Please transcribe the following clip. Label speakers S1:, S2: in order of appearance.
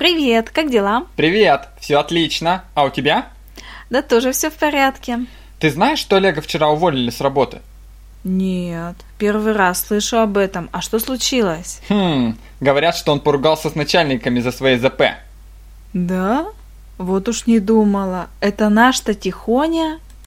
S1: Привет, как дела?
S2: Привет, все отлично. А у тебя?
S1: Да тоже все в порядке.
S2: Ты знаешь, что Олега вчера уволили с работы?
S1: Нет, первый раз слышу об этом. А что случилось?
S2: Хм, говорят, что он поругался с начальниками за свои ЗП.
S1: Да? Вот уж не думала. Это наш-то Тихоня?